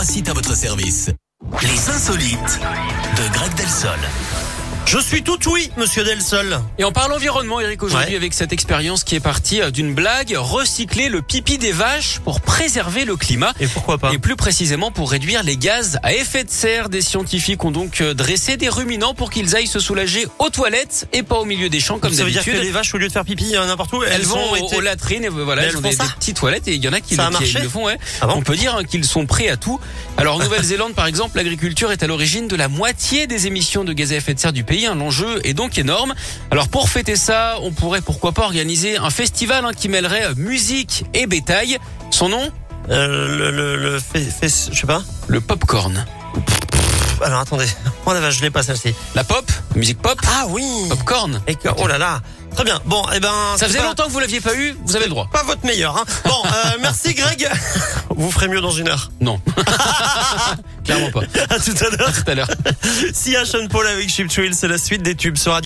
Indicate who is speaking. Speaker 1: site à votre service. Les insolites de Greg Delsol.
Speaker 2: Je suis tout oui, monsieur Delsol.
Speaker 3: Et on parle environnement, Eric, aujourd'hui,
Speaker 2: Ouais.
Speaker 3: avec cette expérience qui est partie euh, d'une blague, recycler le pipi des vaches pour préserver le climat.
Speaker 2: Et pourquoi pas
Speaker 3: Et plus précisément pour réduire les gaz à effet de serre. Des scientifiques ont donc euh, dressé des ruminants pour qu'ils aillent se soulager aux toilettes et pas au milieu des champs comme
Speaker 2: Ça veut dire que
Speaker 3: d'habitude.
Speaker 2: les vaches, au lieu de faire pipi euh, n'importe où, elles,
Speaker 3: Elles, vont
Speaker 2: ont
Speaker 3: au-
Speaker 2: été...
Speaker 3: aux latrines et voilà,
Speaker 2: Mais
Speaker 3: elles
Speaker 2: elles
Speaker 3: ont
Speaker 2: font
Speaker 3: des,
Speaker 2: ça
Speaker 3: des petites toilettes et il y en a qui,
Speaker 2: Ça a
Speaker 3: le- qui
Speaker 2: marché
Speaker 3: le font. Ouais.
Speaker 2: Ah bon
Speaker 3: On peut dire hein, qu'ils sont prêts à tout. Alors en Nouvelle-Zélande par exemple, l'agriculture est à l'origine de la moitié des émissions de gaz à effet de serre du pays. hein. L'enjeu est donc énorme. Alors pour fêter ça, on pourrait pourquoi pas organiser un festival hein, qui mêlerait euh, musique et bétail. Son nom
Speaker 2: Euh, le, le, le fé- fé- je sais pas.
Speaker 3: Le popcorn.
Speaker 2: Pff, Alors attendez. Oh la vache, je l'ai pas celle-ci.
Speaker 3: La pop, musique pop,
Speaker 2: Ah oui.
Speaker 3: popcorn.
Speaker 2: Et que- oh là là. Très bien. Bon, eh ben.
Speaker 3: Ça
Speaker 2: c'est
Speaker 3: faisait
Speaker 2: pas-
Speaker 3: longtemps que vous l'aviez pas eu, vous avez le droit.
Speaker 2: Pas votre meilleur. Hein. Bon, euh, merci Greg. Vous ferez mieux dans une heure.
Speaker 3: Non. Clairement pas.
Speaker 2: À tout à l'heure.
Speaker 3: Tout à l'heure.
Speaker 2: Si Sean Paul avec Chip Thrill, c'est la suite des tubes sur Radio-